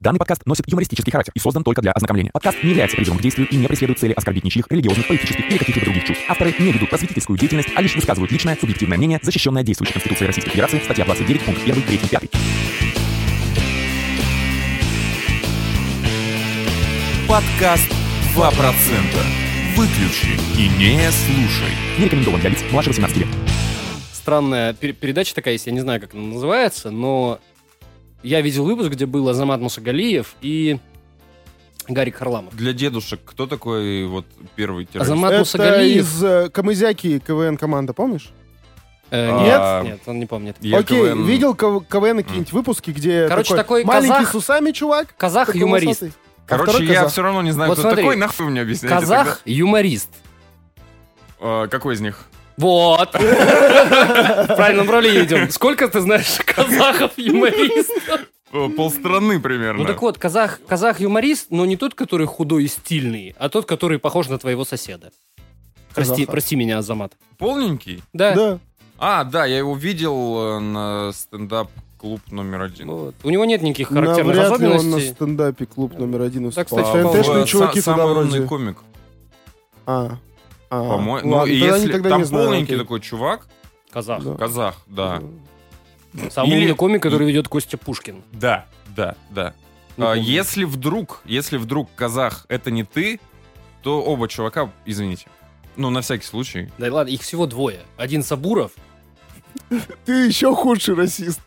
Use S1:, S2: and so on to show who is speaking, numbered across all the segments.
S1: Данный подкаст носит юмористический характер и создан только для ознакомления. Подкаст не является призывом к действию и не преследует цели оскорбить ничьих религиозных, политических или каких-либо других чувств. Авторы не ведут просветительскую деятельность, а лишь высказывают личное, субъективное мнение, защищенное действующей Конституцией Российской Федерации, статья 29, пункт 1, 3, 5.
S2: Подкаст 2%. Выключи и не слушай.
S1: Не рекомендован для лиц младше 18 лет.
S3: странная пер- передача такая есть, я не знаю, как она называется, но я видел выпуск, где был Азамат Мусагалиев и Гарик Харламов.
S4: Для дедушек кто такой вот первый
S5: А
S4: террорист?
S3: Азамат
S5: Это
S3: Мусагалиев.
S5: из э, Камызяки КВН команда, помнишь?
S3: Э,
S4: А,
S3: нет, нет, он не помнит.
S4: Я
S5: Окей,
S4: КВН.
S5: видел ков- КВН какие-нибудь выпуски, где
S3: Короче, такой
S5: маленький
S3: казах-
S5: с усами чувак.
S3: Казах
S5: такой
S3: юморист.
S5: волосатый. А
S4: Короче,
S5: второй
S4: я
S5: казах.
S4: все равно не знаю,
S3: Вот
S4: кто
S3: смотри.
S4: такой, нахуй вы мне объясняете
S3: Казах юморист.
S4: тогда? Э, какой из них?
S3: Вот. В правильном направлении идем. Сколько ты знаешь казахов юмористов?
S4: Э, Полстраны примерно.
S3: Ну так вот, казах, казах юморист, но не тот, который худой и стильный, а тот, который похож на твоего соседа. Прости,
S5: Казаха.
S3: прости меня, Азамат.
S4: Полненький?
S3: Да.
S5: Да.
S4: А, да, я его видел э, на стендап-клуб номер
S5: Ну,
S4: один.
S3: Вот. У него нет никаких характерных
S5: Навряд ли он на
S3: особенностей.
S5: стендапе клуб номер один
S3: Да,
S5: успел.
S3: кстати,
S4: По-моему,
S5: ТНТшные
S4: э,
S5: чуваки
S4: са-
S5: туда
S4: Самый умный
S5: вроде.
S4: комик.
S5: А. А,
S4: По-моему. Ну,
S5: ладно,
S4: и
S5: тогда они
S4: если
S5: тогда
S4: там
S5: не знаю,
S4: полненький
S5: окей.
S4: такой чувак,
S3: Казах.
S5: Да.
S4: казах, да.
S3: Самый
S4: Или-
S3: умный комик, который ведет Костя Пушкин.
S4: Да, да, да.
S5: Ну,
S3: Не
S4: А,
S3: помню.
S4: если вдруг, если вдруг казах это не ты, то оба чувака, извините. Ну, на всякий случай.
S3: Да и ладно, их всего двое. Один Сабуров.
S5: Ты еще худший расист.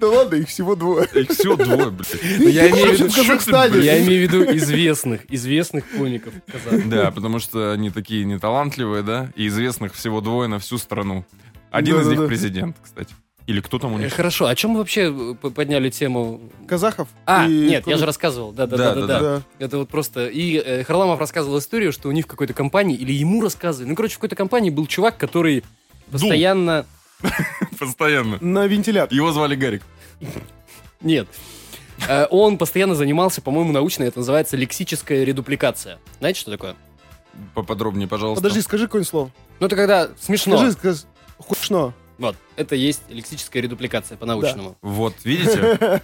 S5: Да ладно, их всего двое.
S4: Их всего двое, блядь.
S5: Ты
S3: я
S5: ты
S3: имею в
S5: вообще
S3: виду, что
S5: в
S3: ты,
S5: Казахстане.
S3: Я имею в виду известных, известных комиков. казах.
S4: Да, потому что они такие неталантливые, да, и известных всего двое на всю страну. Один из
S5: Да-да-да.
S4: них президент, кстати. Или кто там у
S3: Э,
S4: них?
S3: Хорошо, о чем мы вообще э, п- подняли тему?
S5: Казахов?
S3: А,
S5: и
S3: нет, я
S5: комик-
S3: же рассказывал. Да, да,
S4: Да,
S3: да, да,
S4: да,
S3: да.
S5: Да.
S3: Это вот просто. И э, Харламов рассказывал историю, что у них в какой-то компании, или ему рассказывали. Ну, короче, в какой-то компании был чувак, который постоянно.
S4: Постоянно.
S5: На вентилятор.
S4: Его звали Гарик.
S3: Нет. Э, Он постоянно занимался, по-моему, научно, это называется лексическая редупликация. Знаете, что такое?
S4: Поподробнее, пожалуйста.
S5: Подожди, скажи какое-нибудь слово.
S3: Ну, это когда смешно.
S5: Скажи, скажи. Хушно.
S3: Вот, это есть лексическая редупликация по-научному.
S4: Вот, видите?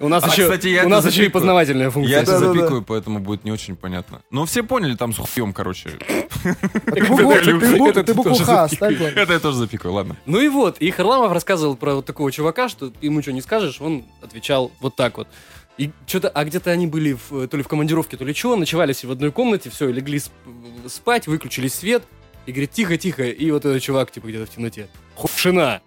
S3: У нас
S4: А,
S3: еще,
S4: кстати,
S3: у
S4: я это
S3: нас еще и
S4: запикаю.
S3: познавательная
S4: Я
S3: функция.
S4: это
S5: Да-да-да.
S4: запикаю, поэтому будет не очень понятно. Но все поняли, там с хуем, короче.
S5: А Ты букву-
S4: Это
S5: ты
S4: люблю.
S5: букву-
S4: Это
S5: ты букву
S4: тоже
S5: Х
S4: запикаю.
S5: оставь, ладно.
S4: Это я тоже запикаю, ладно.
S3: Ну и вот, и Харламов рассказывал про вот такого чувака, что ты ему что не скажешь, он отвечал вот так вот. И что-то, а где-то они были в, э, то ли в командировке, то ли чего, ночевали все в одной комнате, все, легли сп- спать, выключили свет, и говорит, тихо-тихо, и вот этот чувак, типа, где-то в темноте, хушина.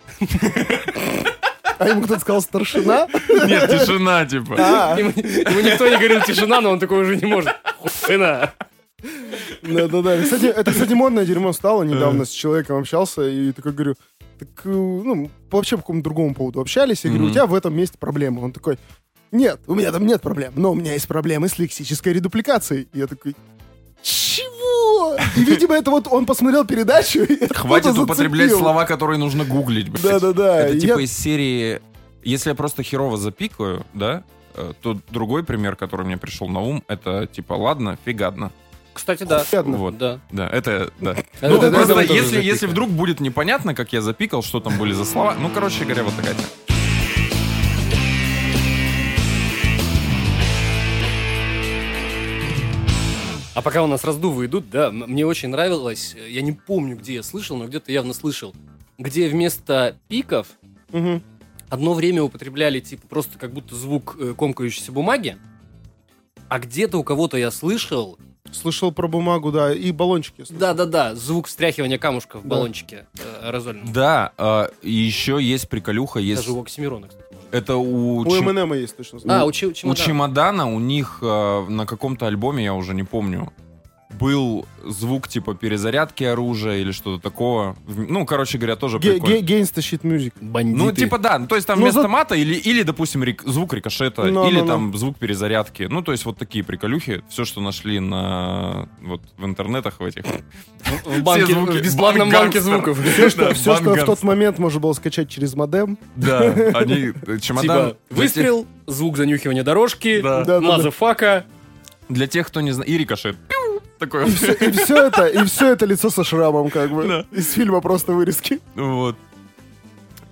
S5: А ему кто-то сказал старшина?
S4: Нет, тишина, типа.
S5: А,
S3: Ему, ему никто не говорил тишина, но он такой уже не может. Хушина.
S5: да-да-да. Кстати, это, кстати, модное дерьмо стало. Недавно с человеком общался и такой говорю, так, э, ну, вообще по какому-то другому поводу общались. Я говорю, у
S4: Мгм.
S5: тебя в этом месте проблема. Он такой, нет, у меня там нет проблем, но у меня есть проблемы с лексической редупликацией. И я такой, чего? И, видимо, это вот он посмотрел передачу и это
S4: Хватит
S5: кто-то
S4: употреблять
S5: зацепил.
S4: слова, которые нужно гуглить, блядь.
S5: Да-да-да.
S4: Это
S5: А, Я-
S4: типа из серии... Если я просто херово запикаю, да, э, то другой пример, который мне пришел на ум, это типа ладно, фигадно.
S3: Кстати, да. Ну,
S5: Ладно.
S4: Вот.
S3: Да.
S4: Да, это, да.
S3: Ну,
S5: это-
S4: просто
S5: это-
S4: если, если вдруг будет непонятно, как я запикал, что там были за слова, ну, короче говоря, вот такая тема.
S3: А пока у нас раздувы идут, да, м- мне очень нравилось, э, я не помню, где я слышал, но где-то явно слышал, где вместо пиков
S5: Мгм.
S3: одно время употребляли, типа, просто как будто звук э, комкающейся бумаги, а где-то у кого-то я слышал,
S5: Слышал про бумагу, да, и баллончики. я слышал.
S3: да-да-да, звук встряхивания камушка в
S5: Да.
S3: баллончике э, аэрозольном.
S4: Да, э, и еще есть приколюха, есть...
S3: Даже у Оксимирона, кстати. может.
S4: Это у...
S5: У
S4: Чим-
S5: МНМа есть точно.
S4: Ну,
S3: А, у, Чи- у
S4: У
S3: чемодана.
S4: чемодана у них э, на каком-то альбоме, я уже не помню, был звук типа перезарядки оружия или что-то такого. В- Ну, короче говоря, тоже
S5: Ге-
S4: прикольно.
S5: ге- Гейнста щит мюзик.
S3: Бандиты.
S4: Ну, типа, да. Ну, То есть там
S5: Ну,
S4: вместо
S5: за-
S4: мата или, или допустим, рик- звук рикошета,
S5: Ну,
S4: или
S5: ну, ну.
S4: там звук перезарядки. Ну, то есть вот такие приколюхи. Все, что нашли на... вот в интернетах в этих.
S3: в, банке,
S4: все звуки.
S3: в бесплатном
S4: Банк
S3: банке
S4: гангстер.
S3: звуков.
S5: Все, что,
S4: Да,
S5: всё, что в
S4: Банган.
S5: тот момент можно было скачать через модем.
S4: Да, они... э, Чемодан...
S3: Типа, выстрел, звук занюхивания дорожки,
S4: Да.
S5: Да-да-да.
S3: мазафака.
S4: Для тех, кто не знает... И рикошет. Пиу! Такое.
S5: И все, и все это, и все это лицо со шрамом, как бы.
S4: Да.
S5: Из фильма просто вырезки.
S4: Вот.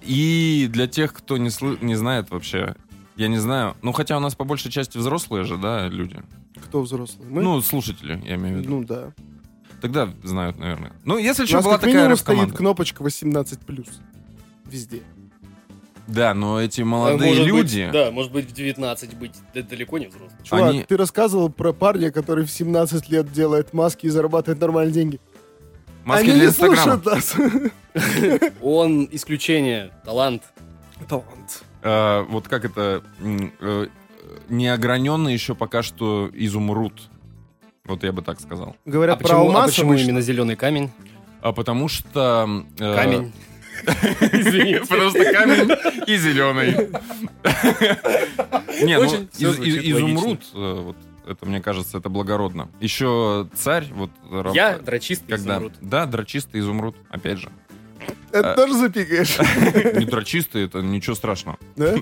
S4: И для тех, кто не, слы- не знает вообще, Я не знаю. Ну, хотя у нас по большей части взрослые же, да, люди.
S5: Кто взрослый? Мы?
S4: Ну, слушатели, я имею в виду.
S5: Ну, да.
S4: Тогда знают, наверное. Ну, если
S5: У
S4: что,
S5: нас
S4: была
S5: как
S4: такая
S5: минимум стоит
S4: рэп-команда.
S5: кнопочка 18+. Везде.
S4: Да, но
S5: А,
S4: эти молодые
S3: Может быть,
S4: люди...
S3: да, может быть, в 19 быть да- далеко не взрослым.
S5: Чувак,
S4: Они-
S5: ты рассказывал про парня, который в 17 лет делает маски и зарабатывает нормальные деньги.
S4: Маски
S5: Они
S4: для
S5: не
S4: Инстаграма.
S5: слушают нас.
S3: Он исключение, талант.
S5: Талант.
S4: Э, вот как это... м, э, неограненный еще пока что изумруд. Вот я бы так сказал.
S5: Говорят
S3: а
S5: про
S3: почему, а
S5: алмаз
S3: почему
S5: обычно.
S3: именно зеленый камень?
S4: А потому что... э,
S3: Камень. Извините.
S4: Просто камень и зеленый. Не, ну,
S3: Очень всё
S4: из-
S3: звучит
S4: из- изумруд, э, вот, это, мне кажется, это благородно. Еще царь, вот... раб-
S3: Я дрочистый
S4: когда...
S3: изумруд.
S4: Да, дрочистый изумруд, опять же. А.
S5: Это тоже запикаешь.
S4: Не дрочистый, это ничего страшного.
S5: Да?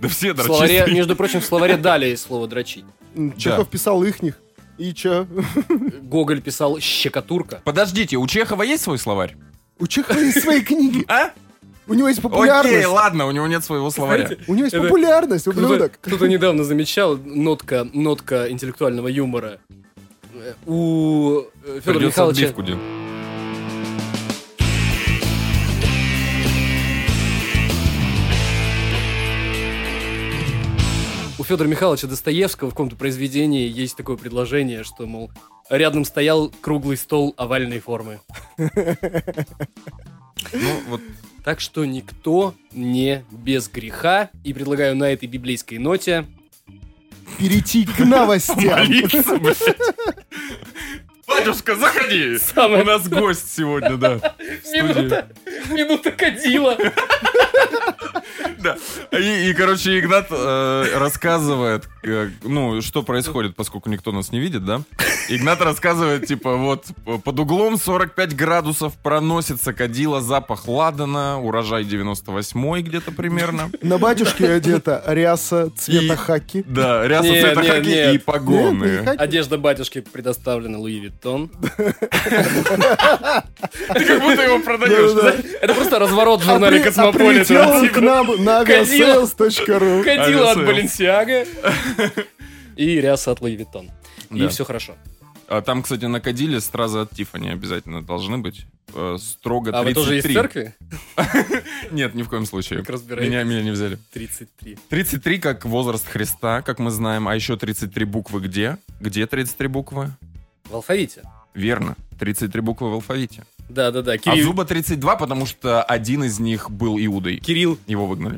S4: Да все
S3: В словаре,
S4: дрочистые.
S3: между прочим, в словаре дали слово дрочить.
S5: М, Чехов писал ихних. И чё?
S3: Гоголь писал щекотурка.
S4: Подождите, у Чехова есть свой словарь?
S5: У Чехова есть свои книги.
S4: А?
S5: У него есть
S4: Окей,
S5: популярность.
S4: ладно, у него нет своего словаря.
S5: У него есть
S3: Это-
S5: популярность,
S3: Кто-то
S5: ублюдок.
S3: кто-то недавно замечал нотка, нотка интеллектуального юмора. Э, У Федора
S4: Придется
S3: Михайловича...
S4: отбивку делать.
S3: У Федора Михайловича Достоевского в каком-то произведении есть такое предложение, что, мол, рядом стоял круглый стол овальной формы.
S4: Ну, вот
S3: Так что никто не без греха. И предлагаю на этой библейской ноте
S5: Перейти к новостям.
S4: молиться, блядь. Батюшка, заходи!
S3: Самое-
S4: У нас гость сегодня, да.
S3: Минута, минута кадила.
S4: Да. И, и, короче, Игнат э, рассказывает, э, ну, что происходит, поскольку никто нас не видит, да? Игнат рассказывает, типа, вот, э, под углом 45 градусов проносится кадила, запах ладана, урожай 98 где-то примерно.
S5: На батюшке одета ряса цвета
S4: И-
S5: хаки.
S4: Да, ряса
S3: Нет,
S4: цвета
S3: нет,
S4: хаки
S3: нет.
S4: и погоны.
S5: Нет, не хаки.
S3: Одежда батюшки предоставлена Луи Виттон.
S4: Ты как будто его
S3: ну
S5: Да-да-да.
S4: продаешь.
S3: Это просто разворот в
S5: А
S3: журнале
S5: при- а прилетел он к
S3: Космополитен.
S5: нам на
S3: Кадила
S5: aviasales.ru.
S3: от
S4: Авиасейлс.
S3: Баленсиага. И ряса от Луи Виттон. И
S4: Да.
S3: все хорошо.
S4: А Там, кстати, на кадиле стразы от Тифани обязательно должны быть. Э, Строго 33.
S3: А вы тоже из церкви?
S4: Нет, ни в коем случае.
S3: Как разбираетесь?
S4: Меня, меня не взяли.
S3: 33.
S4: 33 как возраст Христа, как мы знаем. А еще 33 буквы где? Где 33 буквы?
S3: В алфавите.
S4: Верно. 33 буквы в алфавите.
S3: Да-да-да.
S4: А
S3: Кирилл,
S4: зуба 32, потому что один из них был Иудой.
S3: Кирилл
S4: Его выгнали.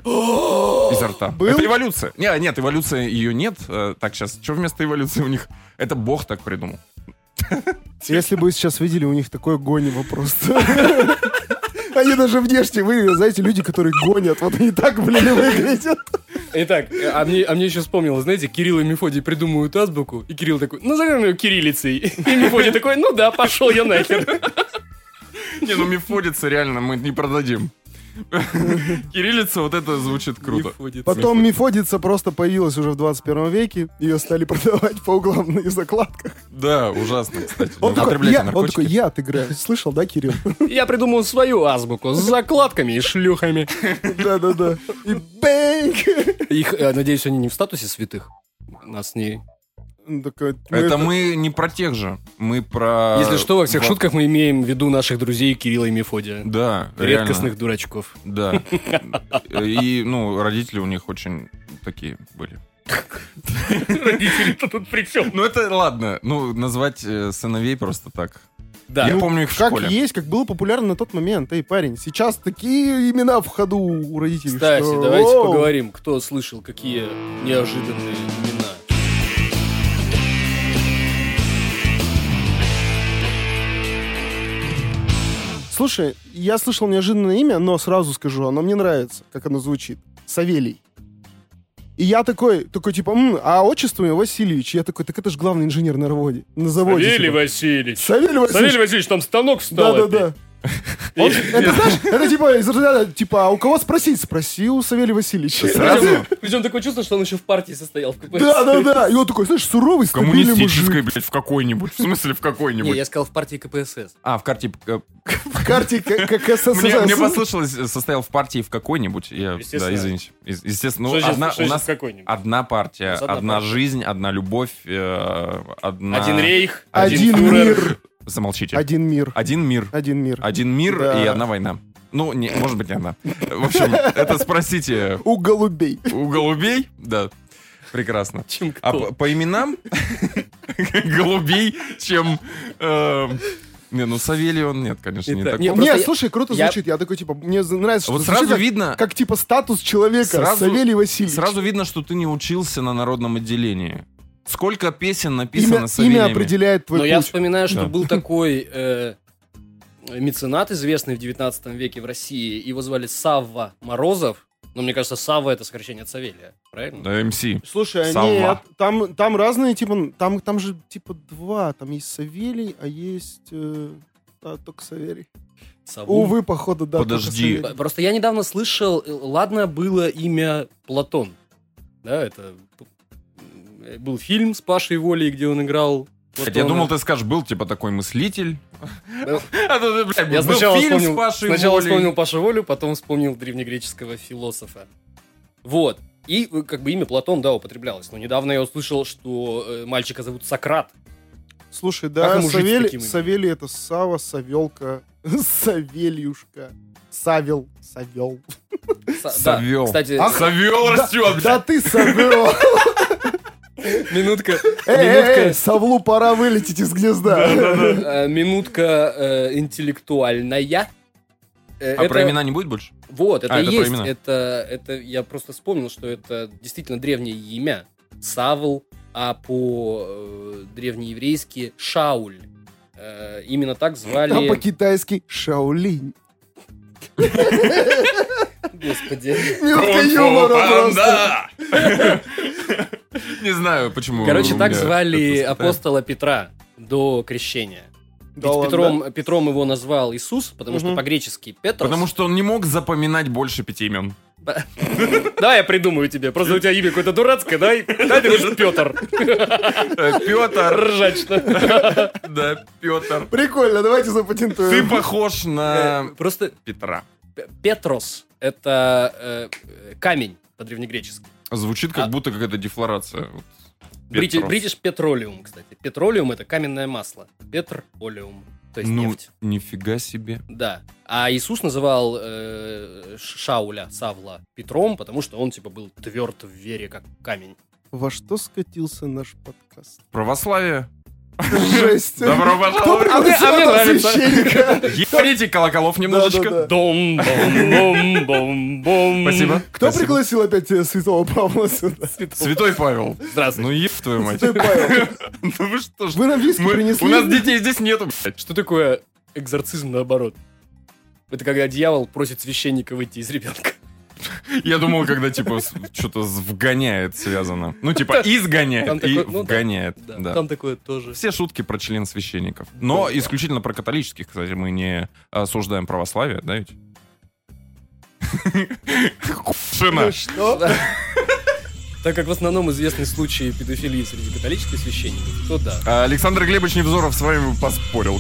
S4: Изо рта.
S5: Был?
S4: Это эволюция. Не, нет, эволюция ее нет. Э, Так, сейчас, что вместо эволюции у них? Это бог так придумал.
S5: Если бы вы сейчас видели, у них такое гонево просто. Они даже внешне выглядят, знаете, люди, которые гонят, вот они так, блин, и выглядят.
S3: Итак, э, а мне, а мне еще вспомнилось, знаете, Кирилл и Мефодий придумывают азбуку, и Кирилл такой, назовем ее кириллицей. И Мефодий такой, ну да, пошел я нахер.
S4: Не, ну мифодица реально мы не продадим. Кириллица, вот это звучит круто.
S3: Мефодий.
S5: Потом мифодица просто появилась уже в 21 веке, ее стали продавать по углам на закладках.
S4: Да, ужасно, кстати.
S5: Он такой,
S4: Употребляйте
S5: я, он такой,
S4: наркотики.
S5: я отыграю. Слышал, да, Кирилл?
S3: Я придумал свою азбуку с закладками и шлюхами.
S5: Да-да-да. И бэнк!
S3: Их, э, надеюсь, они не в статусе святых. Нас не...
S5: Он такой, «Ну,
S4: Это мы не про тех же, мы про...
S3: Если что, А, во всех
S4: Во-
S3: шутках мы имеем в виду наших друзей Кирилла и Мефодия.
S4: Да,
S3: Редкостных дурачков.
S4: реально, Да. И, ну, родители у них очень такие были.
S3: Родители-то тут при чем?
S4: Ну, это ладно. Ну, назвать э, сыновей просто так.
S3: Да. Ну,
S4: Я помню их в
S5: Как
S4: школе.
S5: есть, как было популярно на тот момент. Эй, парень, сейчас такие имена в ходу у родителей.
S3: Кстати,
S5: что-
S3: давайте
S5: Воу.
S3: поговорим, кто слышал какие неожиданные имена.
S5: Слушай, я слышал неожиданное имя, но сразу скажу, оно мне нравится, как оно звучит. Савелий. И я такой, такой типа, «М, а отчество у него Васильевич. Я такой, так это же главный инженер на заводе. На заводе. типа.
S3: Васильевич.
S5: Савелий Васильевич.
S3: Васильевич, там станок
S5: Да, да, да. Он- это знаешь, это типа, из разряда, типа, а у кого спросить? Спроси у Савелия Васильевича.
S4: Сразу?
S3: Причем такое чувство, что он еще в партии состоял в КПСС.
S5: Да, да, да. И он такой, знаешь, суровый, стабильный мужик.
S4: Коммунистической, блядь, в какой-нибудь. В смысле, в
S3: Не,
S4: какой-нибудь.
S3: я сказал в партии КПСС.
S4: А, в карте... э,
S5: В карте к- к- КССС.
S4: Мне, мне послышалось, э, состоял в партии в какой-нибудь. Я,
S3: Естественно.
S4: да, извините. Из- Естественно, ну,
S3: Что сейчас-
S4: одна,
S3: что
S4: у
S3: сейчас
S4: нас
S3: какой-нибудь?
S4: одна партия,
S3: У нас одна
S4: одна,
S3: партия.
S4: жизнь, одна любовь, э, одна...
S3: Один рейх,
S5: Один
S3: фюрер.
S5: мир.
S4: Замолчите. Один,
S5: Один мир.
S4: мир.
S5: Один мир.
S4: Один мир
S5: Да.
S4: и одна война. Ну, не, может быть, не одна. В общем, это спросите
S5: У голубей.
S4: у голубей. Да, прекрасно.
S3: Чем кто?
S4: А по, по именам голубей, чем... э, Не, ну Савелий он нет, конечно, не
S3: Итак,
S4: такой.
S3: не, просто
S5: Нет,
S3: я-
S5: слушай, круто
S3: я-
S5: звучит. Я такой, типа, мне за- нравится,
S4: Вот
S5: что
S4: сразу
S5: звучит как-
S4: видно-
S5: Как, типа, статус человека.
S4: Сразу-
S5: Савелий Васильевич.
S4: Сразу видно, что ты не учился на народном отделении. Сколько песен написано
S5: Имя,
S4: Савелиями?
S5: имя определяет твой
S3: Но Ну, я
S5: путь.
S3: вспоминаю, что
S4: Да.
S3: был такой э, меценат, известный в 19 веке в России. Его звали Савва Морозов. Но мне кажется, Савва это сокращение от Савелия, правильно?
S4: Да, МС.
S5: Слушай,
S4: Сова.
S5: нет, там, там разные, типа, там, там же, типа, два. Там есть Савелий, а есть... э, а, только Савелий.
S3: Савва.
S5: Увы, походу, да. только
S4: Подожди.
S5: Савелий.
S3: Просто я недавно слышал, э, ладно было имя Платон. Да, это э, был фильм с Пашей Волей, где он играл.
S4: Я
S3: Платона.
S4: думал, ты скажешь, был типа такой мыслитель.
S3: Да.
S4: А то ты, блядь,
S3: Я
S4: был
S3: сначала,
S4: фильм
S3: вспомнил,
S4: с Пашей
S3: сначала
S4: Волей.
S3: вспомнил Пашу Волю, потом вспомнил древнегреческого философа. Вот. И э, как бы имя Платон, да, употреблялось. Но недавно я услышал, что э, мальчика зовут Сократ.
S5: Слушай,
S3: Как
S5: да,
S3: ему жить с
S5: Савелий,
S3: таким именем?
S5: Савелий это Сава, Савелка, Савельюшка, Савел, Савел.
S3: Са-
S4: Савёл.
S3: Да, кстати,
S5: Ах,
S4: Савел растет, блядь.
S5: Да ты Савел!
S3: минутка,
S5: Эй, эй,
S3: минутка,
S5: эй, Савлу пора вылететь из гнезда.
S3: э, минутка э, интеллектуальная. Э,
S4: А про
S3: это-
S4: имена не будет больше?
S3: Вот, это
S4: А,
S3: и
S4: это про
S3: есть.
S4: имена.
S3: Это, это я просто вспомнил, что это действительно древнее имя. Савл, а по э, древнееврейски Шауль. Э, именно так звали...
S5: А по-китайски Шаолинь.
S3: Господи.
S5: Минутка
S4: Кунг-фу
S5: юмора просто.
S4: панда! Не знаю, почему.
S3: Короче,
S4: у
S3: так
S4: меня
S3: звали
S4: это спитает.
S3: апостола Петра до крещения. Ведь
S5: Да ладно?
S3: Петром, Петром его назвал Иисус, потому что
S5: Мгм.
S3: по-гречески Петр.
S4: Потому что он не мог запоминать больше пяти имен.
S3: Давай я придумаю тебе. Просто у тебя имя какое-то дурацкое, да? И- Да, ты будешь Петр.
S4: Петр,
S3: Ржачно.
S4: Э, да, Петр.
S5: Прикольно, давайте
S4: Ты
S5: запатентуем.
S4: похож на
S3: Э, Просто
S4: Петра.
S3: П- Петрос — это э, э, камень по-древнегречески.
S4: Звучит
S3: А-
S4: как будто какая-то дефлорация. Вот.
S3: Брити-
S4: Петрос.
S3: Бритиш петролиум, кстати. Петролиум — это каменное масло. Петролиум, то есть
S4: Ну,
S3: нефть.
S4: нифига себе.
S3: Да. А Иисус называл э, Ш- Шауля, Савла, Петром, потому что он, типа, был тверд в вере, как камень.
S5: Во что скатился наш подкаст?
S4: Православие.
S5: Жесть.
S4: Добро
S5: Кто
S4: пожаловать.
S5: пригласил
S3: а мне
S5: этого
S3: нравится.
S5: священника?
S4: Ебаните колоколов немножечко.
S5: Да-да-да.
S3: Дом, бом, бом, бом, бом.
S4: Спасибо.
S5: Кто
S4: Спасибо.
S5: пригласил опять э, святого Павла сюда?
S4: Святой Павел.
S3: Здравствуй.
S4: Ну еб твою мать.
S5: Святой Павел.
S4: Ну вы что ж.
S5: Вы нам виски
S4: мы-
S5: принесли?
S4: У нас детей здесь нету, блядь.
S3: Что такое экзорцизм наоборот? Это когда дьявол просит священника выйти из ребенка.
S4: Я думал, когда типа что-то вгоняет связано. Ну типа
S3: Там
S4: изгоняет и
S3: такой- ну да.
S4: вгоняет. да.
S3: Там такое тоже.
S4: Все шутки про член священников. Но исключительно про католических, кстати, мы не осуждаем православие, да ведь?
S3: Ну
S4: Шина.
S5: Что?
S3: Так как в основном известны случаи педофилии среди католических священников, то да.
S4: Александр Глебович Невзоров с вами поспорил.